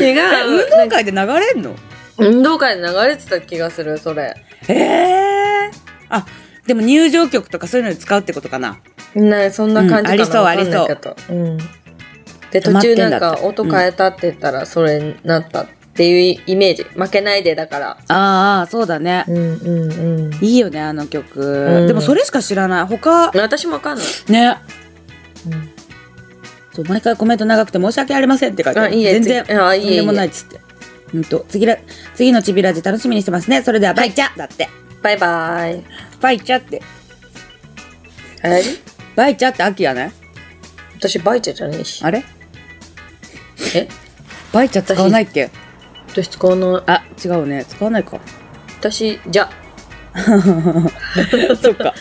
B: 違う。
A: <laughs> 運動会で流れんの
B: 運動会で流れてた気がする、それ。
A: ええー、あでも入場曲とかそういうのに使うってことかな
B: ね、そんな感じかな、
A: うんありそうありそう
B: わかんないけどうん。で、
A: 止
B: 途
A: まって
B: 中
A: んだ
B: なんか
A: って
B: 音変えたって言ったら、それになったっていうイメージ。負けないでだから。
A: ああそうだね
B: うんうんうん。
A: いいよねあの曲、
B: ん
A: でもそれしか知らない他
B: 私もわかんない。
A: ねそう毎回コメント長くて申し訳ありませんって書いてある
B: あいいえ
A: 全然
B: つあいいえ
A: とんでもな
B: い
A: いっつってうんと次ら次のちびラジ楽しみにしてますねそれではバイチャだって
B: バイバイ。
A: バイチャって
B: あれ
A: バイチャって秋やね
B: 私バイチャじゃねえし。
A: あれ
B: え
A: バイチャ使わないっけ
B: 私使わない。
A: あ違うね使わないか
B: 私、じゃ、
A: そっか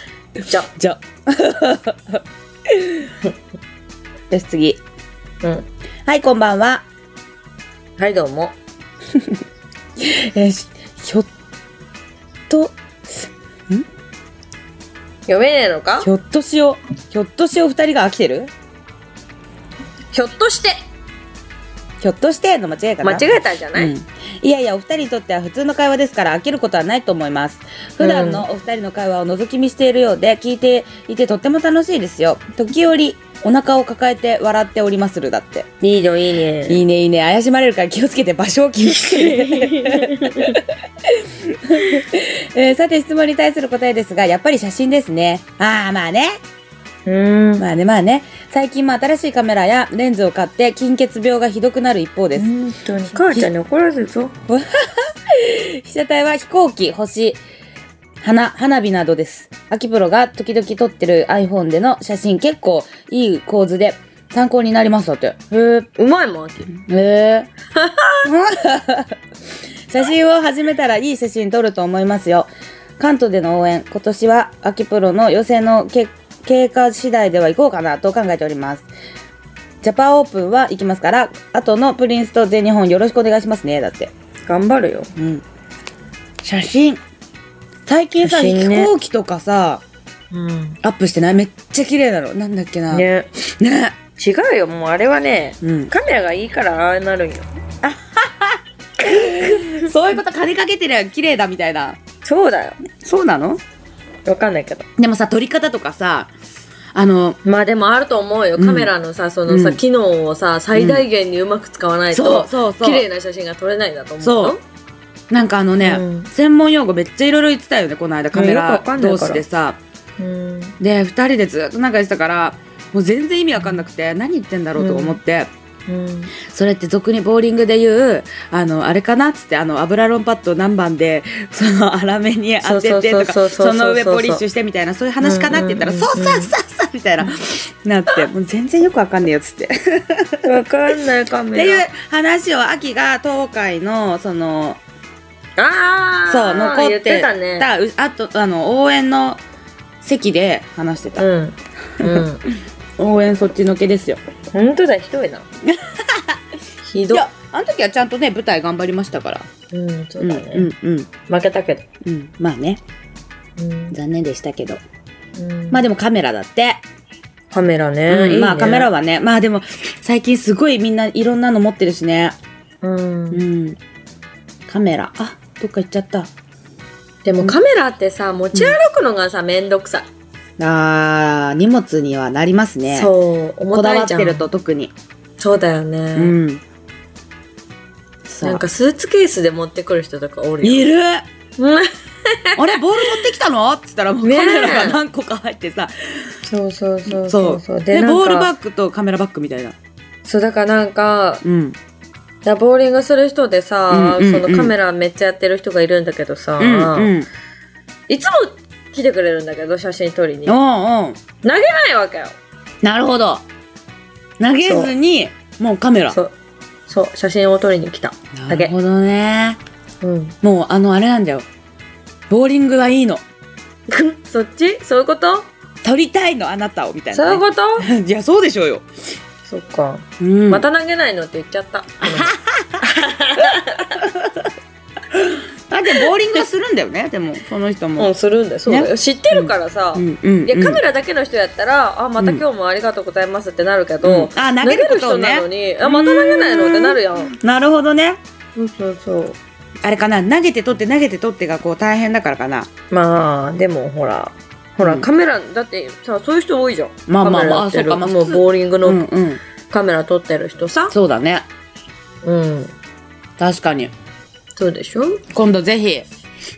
B: じゃ。
A: じゃあ <laughs> よし次
B: うん。
A: はいこんばんは
B: はい、どうも。
A: えーしひょっと
B: 読めねえのか
A: ひょっとしおひょっとしお二人が飽きてる
B: ひょっとして
A: ひょっとしての間違いかな
B: 間違えたんじゃない、
A: うん、いやいやお二人にとっては普通の会話ですから飽きることはないと思います普段のお二人の会話を覗き見しているようで聞いていてとっても楽しいですよ時折お腹を抱えて笑っておりまするだって
B: いいのいいね。
A: いいねいいね怪しまれるから気をつけて場所を気をつけて、えーさて質問に対する答えですがやっぱり写真ですねああまあね
B: うん。
A: まあねまあね最近も新しいカメラやレンズを買って金欠病がひどくなる一方です、
B: 本当に母ちゃんに怒られるぞ。
A: 被写体は飛行機星花花火などです秋プロが時々撮ってる iPhone での写真結構いい構図で参考になりますだってへえ
B: うまいもん、秋。
A: へえ写真を始めたらいい写真撮ると思いますよ関東での応援今年は秋プロの予選のけ経過次第では行こうかなと考えておりますジャパンオープンは行きますから後のプリンスと全日本よろしくお願いしますねだって
B: 頑張るよ。
A: うん、写真最近さ、
B: 写真ね
A: 飛行機とかさ
B: うん。
A: アップしてないめっちゃ綺麗なのなんだっけな
B: ね。
A: ね
B: 違うよ、もうあれはね、
A: うん
B: カメラがいいからああなるんよ。
A: <laughs> そういうこと金かけてりゃ綺麗だみたいな
B: そうだよ。
A: そうなの
B: わかんないけど。
A: でもさ撮り方とかさあの
B: まあでもあると思うよ。
A: うん
B: カメラのさ、そのさ、
A: うん
B: 機能をさ、最大限にうまく使わない
A: そ
B: と
A: う、そうそう
B: 綺麗な写真が撮れないんだと思うよ。
A: そうなんかあのね、
B: うん
A: 専門用語めっちゃいろいろ言ってたよねこの間カメ
B: うんよ
A: ラ
B: くわかんない
A: 同
B: から
A: 士でさ
B: うん。
A: で2人でずっと仲良してたからもう全然意味わかんなくて何言ってんだろうとか思って、
B: うん
A: それって俗にボーリングで言うあのあれかなっつってあの油ロンパッド何番でその粗めに当ててと
B: そうそうそう
A: か
B: そうそうそう
A: その上ポリッシュしてみたいなそういう話かなって言ったら、
B: うんうんうん
A: そうそうそうそうみたいななってもう全然よくわかんねえよっつって。
B: わかんないカ
A: っ
B: メ
A: て
B: ラ。
A: いう話を秋が東海のその
B: ああ
A: そう残
B: 言
A: っ
B: って
A: て
B: たね。
A: たうあとあの応援の席で話してた、
B: うん。うん。
A: 応援そっちのけですよ
B: 本当だ、ひどいな。ひ
A: い
B: どい。
A: やあの時はちゃんとね舞台頑張りましたから
B: うん、そう
A: う,、
B: だ
A: んう
B: ね。
A: んうん
B: 負けたけど。
A: うんまあね
B: うん
A: 残念でしたけど
B: うん
A: まあでもカメラだって、
B: カメラね。
A: うん
B: いいね
A: まあカメラ。はねまあでも最近すごいみんないろんなの持ってるしね
B: うん。
A: うんカメラあどっか行っちゃった
B: でもカメラってさ、持ち歩くのがさ、めんどくさい。
A: あー荷物にはなりますね
B: そう、
A: こ
B: 重
A: だ
B: た
A: わ
B: い
A: っ
B: じゃ
A: てる
B: ん。
A: と特に
B: そうだよ
A: う
B: ね。
A: ん。さあ
B: なんかスーツケースで持ってくる人とかおるよ。
A: い <laughs> る
B: うん
A: あれボール持ってきたのって言ったらもう
B: ねえ
A: カメラが何個か入ってさ、
B: そうそうそう
A: そ
B: そううそう。
A: で
B: なんか
A: ボールバッグとカメラバッグみたいな
B: そう、だからなんか、
A: うん
B: いやボーリングする人でさ、
A: うんうんうん
B: そのカメラめっちゃやってる人がいるんだけどさ、
A: うんうん
B: いつも来てくれるんだけど写真撮りに
A: お
B: 投
A: うおう
B: げないわけよ
A: なるほど投げずにもうカメラ
B: そうそう写真を撮りに来た
A: な
B: だ
A: る
B: け
A: ほどね
B: うん <laughs>
A: もうあのあれなんだよボーリングはいいの
B: そっちそういうこと
A: 撮りたいのあなたをみたい
B: そうい
A: な
B: う
A: ね、
B: こと
A: <laughs> いやそうでしょうよ、
B: そっか、
A: うん、
B: また投げないのって言っちゃ
A: <laughs>
B: った
A: だってボーリングはするんだよねでもその人
B: う <laughs>
A: も、
B: んするんだよそうだよ、知ってるからさ、
A: うんうんうん、
B: いやカメラだけの人やったら、あまた今日もありがとうございますってなるけど、
A: うんあ投げることを
B: 人
A: ね
B: なのにあまた投げないのってなるやん
A: なるほどね
B: そうそうそう
A: あれかな投げて取って投げて取ってがこう大変だからかな
B: まあでもほらほら、
A: うん
B: カメラだってさそういう人多いじゃん
A: まあまあまあ
B: カメラやってる
A: あそうかまあ
B: も
A: 普
B: う
A: 通
B: ボーリング
A: うん
B: の
A: うん
B: カメラ撮ってる人さ
A: そうだね
B: うん
A: 確かに
B: そうでしょ
A: 今度ぜひ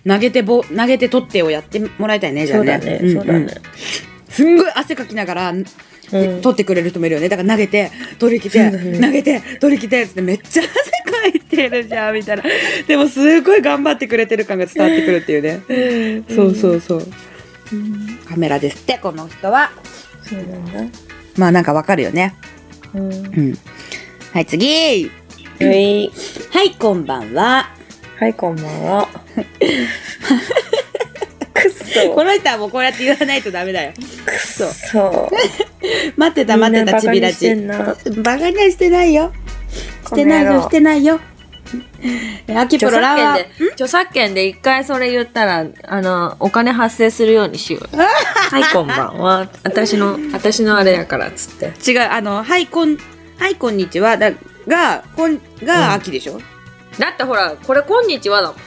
A: 投げてぼ投げて取ってをやってもらいたいねじゃ
B: そ
A: あ
B: うだ
A: ね
B: ね
A: んん
B: そうだね
A: すんごい汗かきながら、
B: うん
A: 取ってくれる人もいるよねだから投げて取り来て、
B: そうだね
A: 投げて取り来てっつってめっちゃ汗かいてるじゃんみたいなでもすごい頑張ってくれてる感が伝わってくるっていうねそうそうそうカメラですってこの人は
B: そうなんだ
A: まあなんかわかるよね
B: うん
A: うんはい次
B: はい
A: はいこんばんは
B: はいこんばん
A: <laughs>
B: はくっそ
A: この人はもうこうやって言わないとダメだよ。
B: くっそそう
A: 待ってた待ってた、ちびら
B: して
A: ち。
B: んな
A: バカにはしてないよ。してないよ、してないよ。えアキプ
B: 著作
A: ロラ
B: 権
A: は
B: で。著作権で一回それ言ったらあのお金発生するようにしよ
A: <laughs>
B: うはいこんばんは私の私のあれやからっつって
A: 違う、あの、はい、こん、はい、こんにちは。だが、こん、が、秋でしょ、
B: だってほらこれ「こんにちは」だもん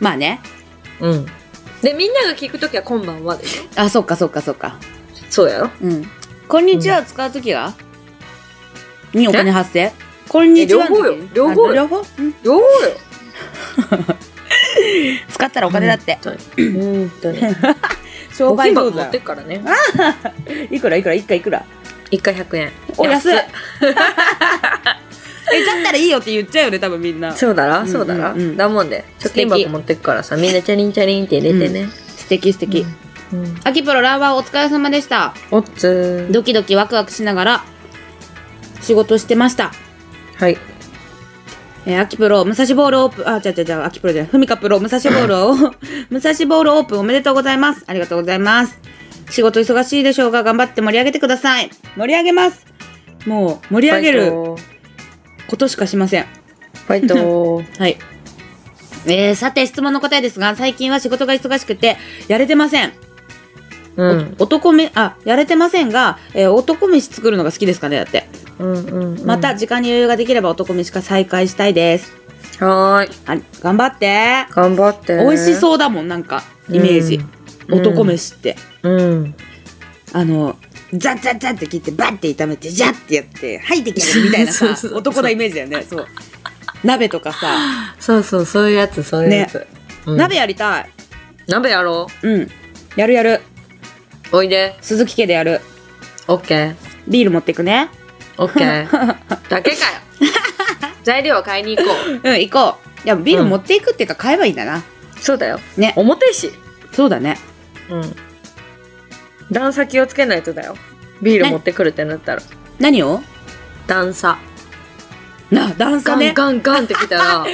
A: まあね。
B: うんでみんなが聞くときは「こんばんは」でしょ
A: あ、そっかそっかそっか。
B: そうやろ
A: うん。こんにちはを使うときは、にお金発生こんにちはの時に。
B: え両方よ両
A: あ両方、うん
B: よーよ
A: 使ったらお金だって。
B: うんと
A: <laughs>
B: ね
A: 商
B: 募
A: 売
B: 金箱
A: 上
B: 持
A: 手だ
B: ってっ
A: よ。
B: からね
A: いくらいくらいくらいくら
B: 一回100円
A: お安い <laughs> えだったらいいよって言っちゃうよね多分みんな素
B: そうだ
A: う
B: ら
A: ん
B: そうだら、
A: うんうん
B: だもんで貯
A: 素敵
B: 金箱持ってくからさみんなチャリンチャリンって入れてね、
A: 敵素敵、
B: うん
A: アキプロランワーお疲れ様でした
B: おっつー
A: ドキドキワクワクしながら仕事してました
B: はい
A: えー、アキプロ武蔵ボールオープンあ違う違う違うアキプロじゃないふみかプロ武蔵ボール <laughs> を武蔵ボールオープンおめでとうございますありがとうございます仕事忙しいでしょうが頑張って盛り上げてください盛り上げますもう盛り上げ
B: バイ
A: る
B: トー
A: ことしかしません
B: バイト
A: <laughs>
B: ー
A: はい。えー、さて質問の答えですが、最近は仕事が忙しくて、やれてません。
B: うん
A: 男め、あ、やれてませんが、えー男飯作るのが好きですかねだって。
B: うんうんうん
A: また、時間に余裕ができれば男飯か再開したいです。
B: はーい
A: あ、頑張って。
B: 頑張って
A: 美味し
B: う
A: そうだもん、なんか、イメージ。
B: うん
A: 男飯って。
B: うん
A: あの、ザッザッザッって切って、バッて炒めて、ジャッてやって、はい、できるみたい
B: <laughs>
A: な
B: そう
A: さ
B: そう、そう
A: 男のイメージだよね。そう。鍋とかさ、
B: そうそうそういうやつそういうやつ、うん
A: 鍋やりたい。
B: 鍋やろ
A: うん。やるやる。
B: うおいで
A: 鈴木家でやる。
B: オッケー
A: ビール持ってくね。 <laughs>
B: オッケーだけかよ材料を買いに行こう。
A: うん、行こう。いや、ビール
B: うん
A: 持っていくっていうか、買えばいいんだな。
B: そうだよ。
A: ね。
B: 表し。
A: そうだね。
B: うん。段差気をつけないとだよ。ビール持ってくるってなったら。
A: 何を
B: 段差。
A: な、段差
B: ガン
A: ね。
B: ガンガンってきた <laughs> ら、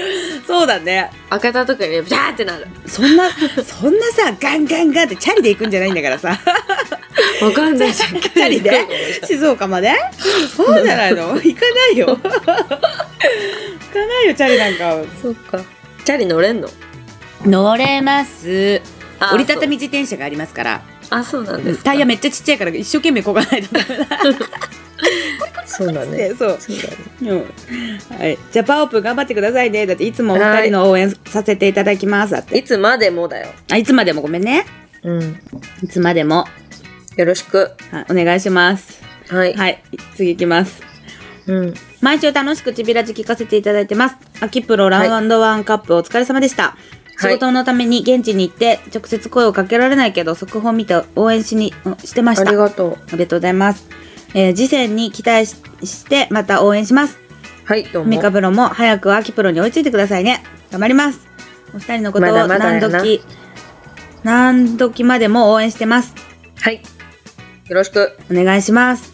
A: そうだね。
B: 開けた時にビャーってなる。
A: そんな、そんなさ、ガンガンガンってチャリで行くんじゃないんだから <laughs> さ。
B: わかんないじ
A: チ
B: ゃん。
A: ャリで静岡までそうじゃないの行かないよ。行かないよ、チャリなんか。
B: <laughs> そっか。チャリ乗れんの
A: 乗れます。
B: あ
A: 折りたたみ自転車がありますから。
B: そうあ、そうなんですか。
A: タイヤめっちゃちっちゃいから一生懸命こがないとダメだ
B: そうだ
A: って
B: ね。
A: <laughs> そう。
B: そうだね。
A: うんはい、ジャパンオープン頑張ってくださいね。だっていつもお二人の応援させていただきます。だって
B: いつまでもだよ。
A: あいつまでもごめんね。
B: うん。
A: いつまでも、
B: よろしく。
A: はい、お願いします。
B: はい。
A: はい、次行きます。
B: うん。
A: 毎週楽しくちびらじ聞かせていただいてます。秋プロラウンドワンカップお疲れ様でした。仕事のために現地に行って直接声をかけられないけど速報見て応援しにうんしてま
B: あ
A: した。
B: りがとう。
A: ありがとうございます。えー次戦に期待ししてまた応援します。
B: はい、どう
A: ミ
B: も。
A: カプロも早く秋プロに追いついてくださいね。頑張ります。お二人のことを
B: まだまだ
A: 何
B: やな
A: 時、何時までも応援してます。
B: はい。よろしく。
A: お願いします。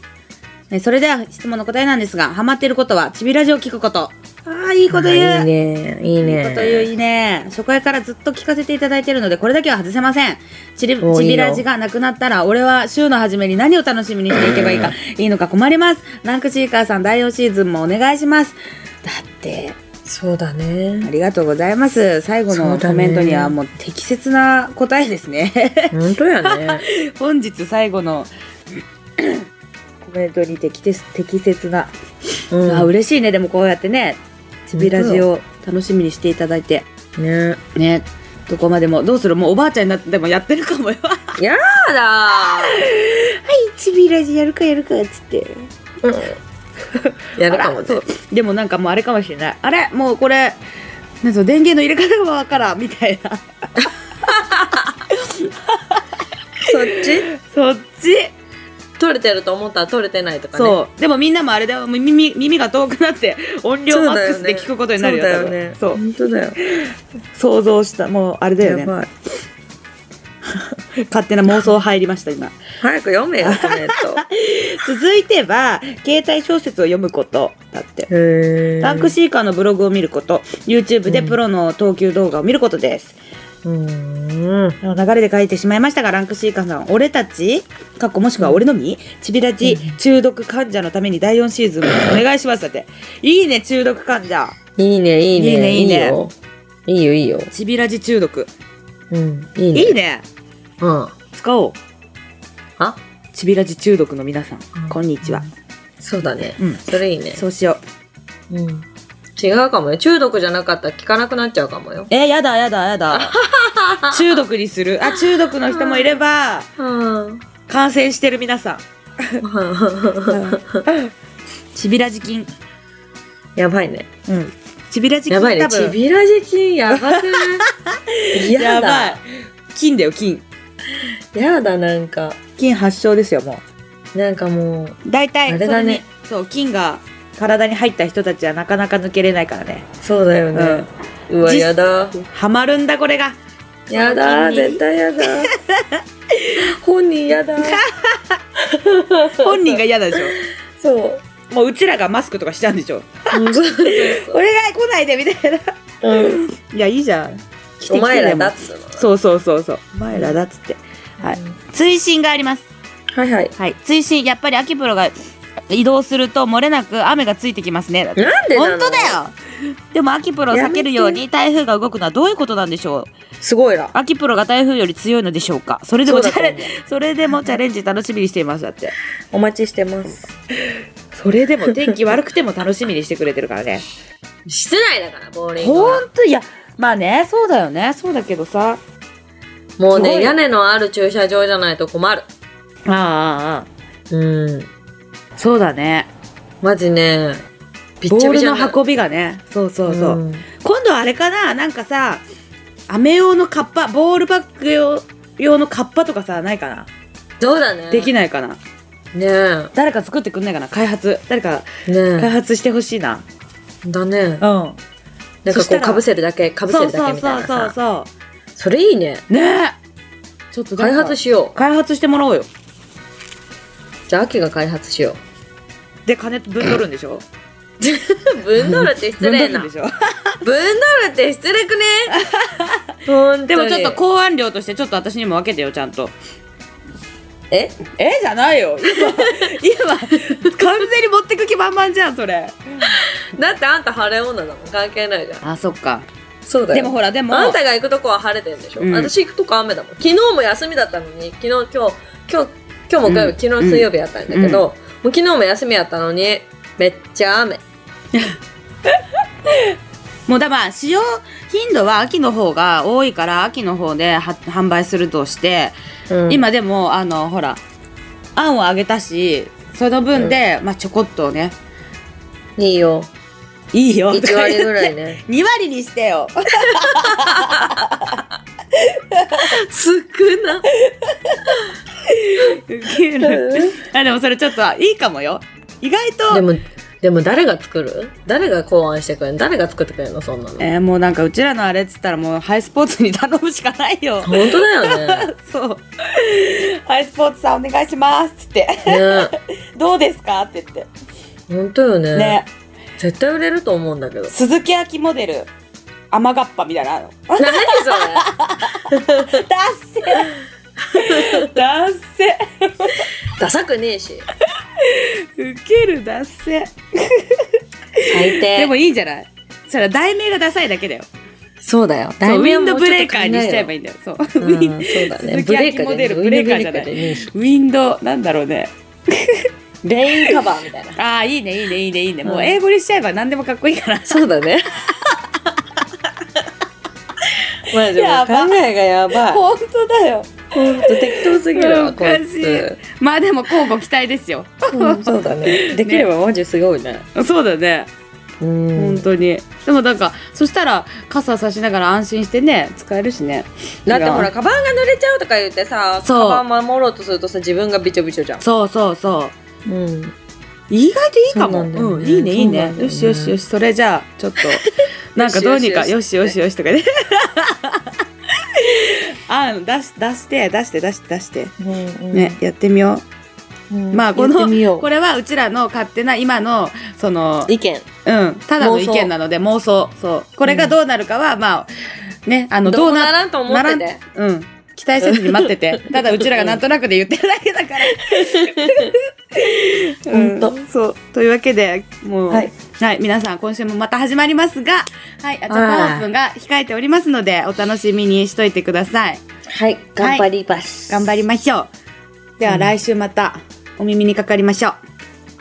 A: えそれでは質問の答えなんですが、ハマっていることは、チビラジオを聞くこと。ああ、いいこと言う。
B: あいいね。いい
A: いい
B: ね。
A: こと言う、いいね。初回からずっと聞かせていただいているので、これだけは外せません。チリ
B: お
A: チビラジがなくなったら、俺は週の初めに何を楽しみにしていけばいいか、いいのか困ります。ランクシーカーさん、第4シーズンもお願いします。だって、
B: そうだ
A: あ
B: ね。
A: りがとうございます。最後
B: そ
A: の
B: うだ
A: コ
B: ね
A: メントにはもう適切な答えですね。
B: <laughs>
A: <laughs>
B: 本当や <laughs> ね。
A: 本日最後 <laughs> のコメントに適切適切な、
B: う
A: あ嬉しいねでもこうやってねチビラジを楽しみにしていただいて
B: ね。
A: ねどこまでもどうするもうおばあちゃんになってもやってるかもよ <laughs> は
B: やだ
A: いチビラジやるかやるかっつって
B: ー。やるかもね
A: あら。そうでもなんかもうあれかもしれないあれもうこれなんぞ電源の入れ方がわからんみたいな
B: そっち
A: そっち
B: 取れてると思ったら取れてないとかね。
A: そうでもみんなもあれだよ耳耳が遠くなって音量マックスで聞くことになるよ
B: そうだよね。
A: 多分
B: 本当だよ。
A: そう想像したもうあれだよね
B: やばい。
A: 勝手な妄想入りました今
B: 早く読めよ、コメン
A: <laughs>
B: ト。
A: 続いては携帯小説を読むことだって
B: へ
A: ランクシーカーのブログを見ること YouTube でプロの投球動画を見ることです、
B: うん。
A: あの流れで書いてしまいましたがランクシーカーさん俺たちかっこもしくは俺のみちびらち中毒患者のために第4シーズンもお願いしますだっていいね中毒患者
B: いいね、いい
A: いいね
B: ね。
A: いいね
B: よいいよ、いいよ。
A: ちびらち中毒
B: うん。いいね。
A: いいね
B: うん。
A: 使おう
B: あ
A: ちびらち中毒の皆さんこんにちは
B: そうだね。
A: うん
B: それいいね。
A: そうしよう
B: うん。違うかもよ。中毒じゃなかったら聞かなくなっちゃうかもよ。
A: えー、やだやだやだ <laughs> 中毒にするあ中毒の人もいれば
B: うん。
A: 感染してる皆さんちびらじ菌
B: <laughs> やばいね。
A: うんちびらじ菌
B: やばいね。
A: 多
B: ち
A: 分
B: びらじ菌やばくない
A: <laughs>
B: やだ
A: やばい菌だよ菌
B: やだ、なんか。
A: 菌発症ですよも
B: なんかもう、
A: う大体
B: あれだね
A: それにそう菌が体に入った人たちはなかなか抜けれないからね
B: そうだよね。うわ、
A: 実
B: やだ。
A: ハマるんだこれが
B: やだ、
A: その菌に
B: 絶対や <laughs> だ。本人やだ。
A: 本人が嫌だでし
B: <laughs>
A: ょ
B: そう。
A: もううちらがマスクとかしちゃうんでしょ
B: うんそうそう
A: お願い来ないでみたいな
B: そううん
A: いやいいじゃん来て来て
B: お前らだ
A: で
B: っ
A: も
B: つうの。
A: そうそうそうそうお前らだっつってはい追伸があります。
B: はいはい。
A: はい。追伸、やっぱり秋プロが移動すると漏れなく雨がついてきますね。だって
B: なんでなの
A: 本当だよでも秋プロを避けるように台風が動くのはどういうことなんでしょう
B: すごいな。
A: 秋プロが台風より強いのでしょうかそれでもチ
B: そうだと
A: ャレ
B: 思
A: ン
B: う
A: ジ、それでもチャレンジ楽しみにしています。だって。
B: お待ちしてます。
A: それでも天気悪くても楽しみにしてくれてるから <laughs> ね。
B: 室内だから、ボーリング
A: ほ
B: は。
A: んと、いや、まあね、そうだよね。そうだけどさ。
B: もう
A: すご
B: ね、
A: い
B: 屋根のある駐車場じゃないと困る。
A: ああああ、
B: うん。
A: そうだね。
B: マジね、びっ
A: ボ
B: ちゃ
A: ー
B: び
A: ル
B: ちゃ
A: の
B: になる
A: 運びがね。そうそうそう。
B: ん
A: 今度はあれかななんかさ雨用のカッパボールバッグ用用のカッパとかさないかな、
B: そうだね。
A: でき
B: ね
A: ないかな
B: え。
A: 誰か作ってくんないかな開発誰か
B: ね
A: 開発してほしいな、
B: だね。
A: うん
B: なん
A: そ
B: かこ
A: した
B: う、
A: ら
B: かぶせるだけ、かぶせ
A: そう
B: るだ
A: そ
B: け
A: う
B: みたい
A: そう
B: な
A: そう
B: さ。
A: そ
B: それいいね。
A: うねえちょっとなん
B: 開
A: か
B: 発しよう。
A: 開発してもらおうよ
B: じゃあ、秋が開発しよ
A: で金分取るんでしょ
B: う。ぶんどるって失礼な。ぶ
A: 分
B: ん
A: 取るんで <laughs> し
B: どるって失礼 <laughs> くね本当
A: ょ
B: に
A: でもちょっと考案料としてちょっと私にも分けてよちゃんと
B: え
A: えじゃないよ <laughs> 今今完全に持ってく気満々じゃんそれ
B: だってあんた晴れ女だもん。関係ないじゃん。
A: あそっか
B: そうだよ。
A: でもほらでも
B: あんたが行くとこは晴れてるでしょ、
A: うん
B: 私行くとこ雨だもん昨日も休みだったのに昨日今日今日今日木曜日、
A: うん
B: 昨日水曜日やったんだけど、もう昨日も休みやったのにめっちゃ雨
A: もうだから使用頻度は秋の方が多いから秋の方では販売するとして、
B: うん
A: 今でもあのほらあんをあげたしその分で、まあちょこっとね
B: いいよ
A: いいよ
B: 1割ぐらい
A: <laughs> ね
B: ね
A: 2割にしてよ
B: <laughs> 少な
A: ウケる <laughs> あでもそれちょっといいかもよ意外
B: で
A: と
B: もでも誰が作る誰が考案してくれるの誰が作ってくれるのそんなの
A: えーもうなんかうちらのあれっつったらもうハイスポーツに頼むしかないよ <laughs>
B: 本当だ <laughs> よね
A: そうハイスポーツさんお願いしますっつって
B: ね
A: どうですかって言って
B: 本当よね
A: ね
B: 絶対売れると思うんだけど
A: 鈴木亜希モデル雨がっぱみたいなの
B: 何それ
A: ダッセダッセ
B: ダサくねえし
A: ウケるダッセ
B: 最低
A: でもいいんじゃないそれは題名がダサいだけだよ
B: そうだよ。
A: そうウィンドブレーカーにしちゃえば
B: いい。
A: いいんだよそう、
B: う
A: ウィン
B: ん、そうだね。
A: 鈴木亜希モデルブレーカーじゃない
B: い。
A: ウィンドなんだろうね
B: レインカバーみたいな。
A: ああいいねいいねいいねいいね、も
B: う
A: うん英語にしちゃえば何でもかっこいいから
B: そうだ <laughs> ね。マジでも
A: や
B: う考
A: ば
B: えがやばい。ほ
A: 本当だよ
B: んと適当すぎるわ。
A: おかしいまあでも交互期待ですよ
B: うんそうだね。 <laughs> できればマジすごいね。
A: そうだね
B: う
A: 本
B: ん。
A: 当にでもなんかそしたら傘差しながら安心してね使えるしね
B: だってほら、カバンが濡れちゃうとか言ってさ、
A: そう
B: カバン守ろうとするとさ、自分がびちょびちょじゃん。
A: そうそうそう
B: うん。
A: 意外といいか
B: そう
A: も。
B: なんだよね
A: うん、いいね、いい
B: そう
A: ね
B: なん。だよね
A: よしよしよし、それじゃあ、ちょっ
B: <laughs>
A: と、なんかどうにか、よ
B: よ
A: し
B: し
A: よ
B: よ
A: し
B: し
A: よしとかね。 <laughs> あん、出し、出して、出して、出して、出して。ね、やってみよう。まあ、この、こ
B: れ、
A: れはうちらの勝手な今の、その、
B: 意見。
A: うん、ただの
B: 妄
A: 意
B: 想
A: 見なので妄想。そう。これがどうなるかは、まあ、ね、あの、どう
B: な
A: な、
B: らんと思って
A: な
B: て。
A: らんうん。期待せずに待って
B: <laughs>
A: て。ただうちらがなんとなくで言ってるだけだから。
B: ほんと
A: うんそう。というわけで、もう、
B: はい
A: はい、皆さん今週もまた始まりますが、はい、あちゃパワーオープンが控えておりますので、お楽しみにしといてください。
B: はい、頑張ります。
A: 頑張りましょう。では来週またお耳にかかりましょう。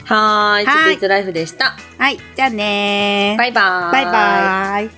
B: はーい、
A: はーい
B: チキンズライフでした。
A: はい、じゃあねー。
B: バイバーイ。
A: バイバーイ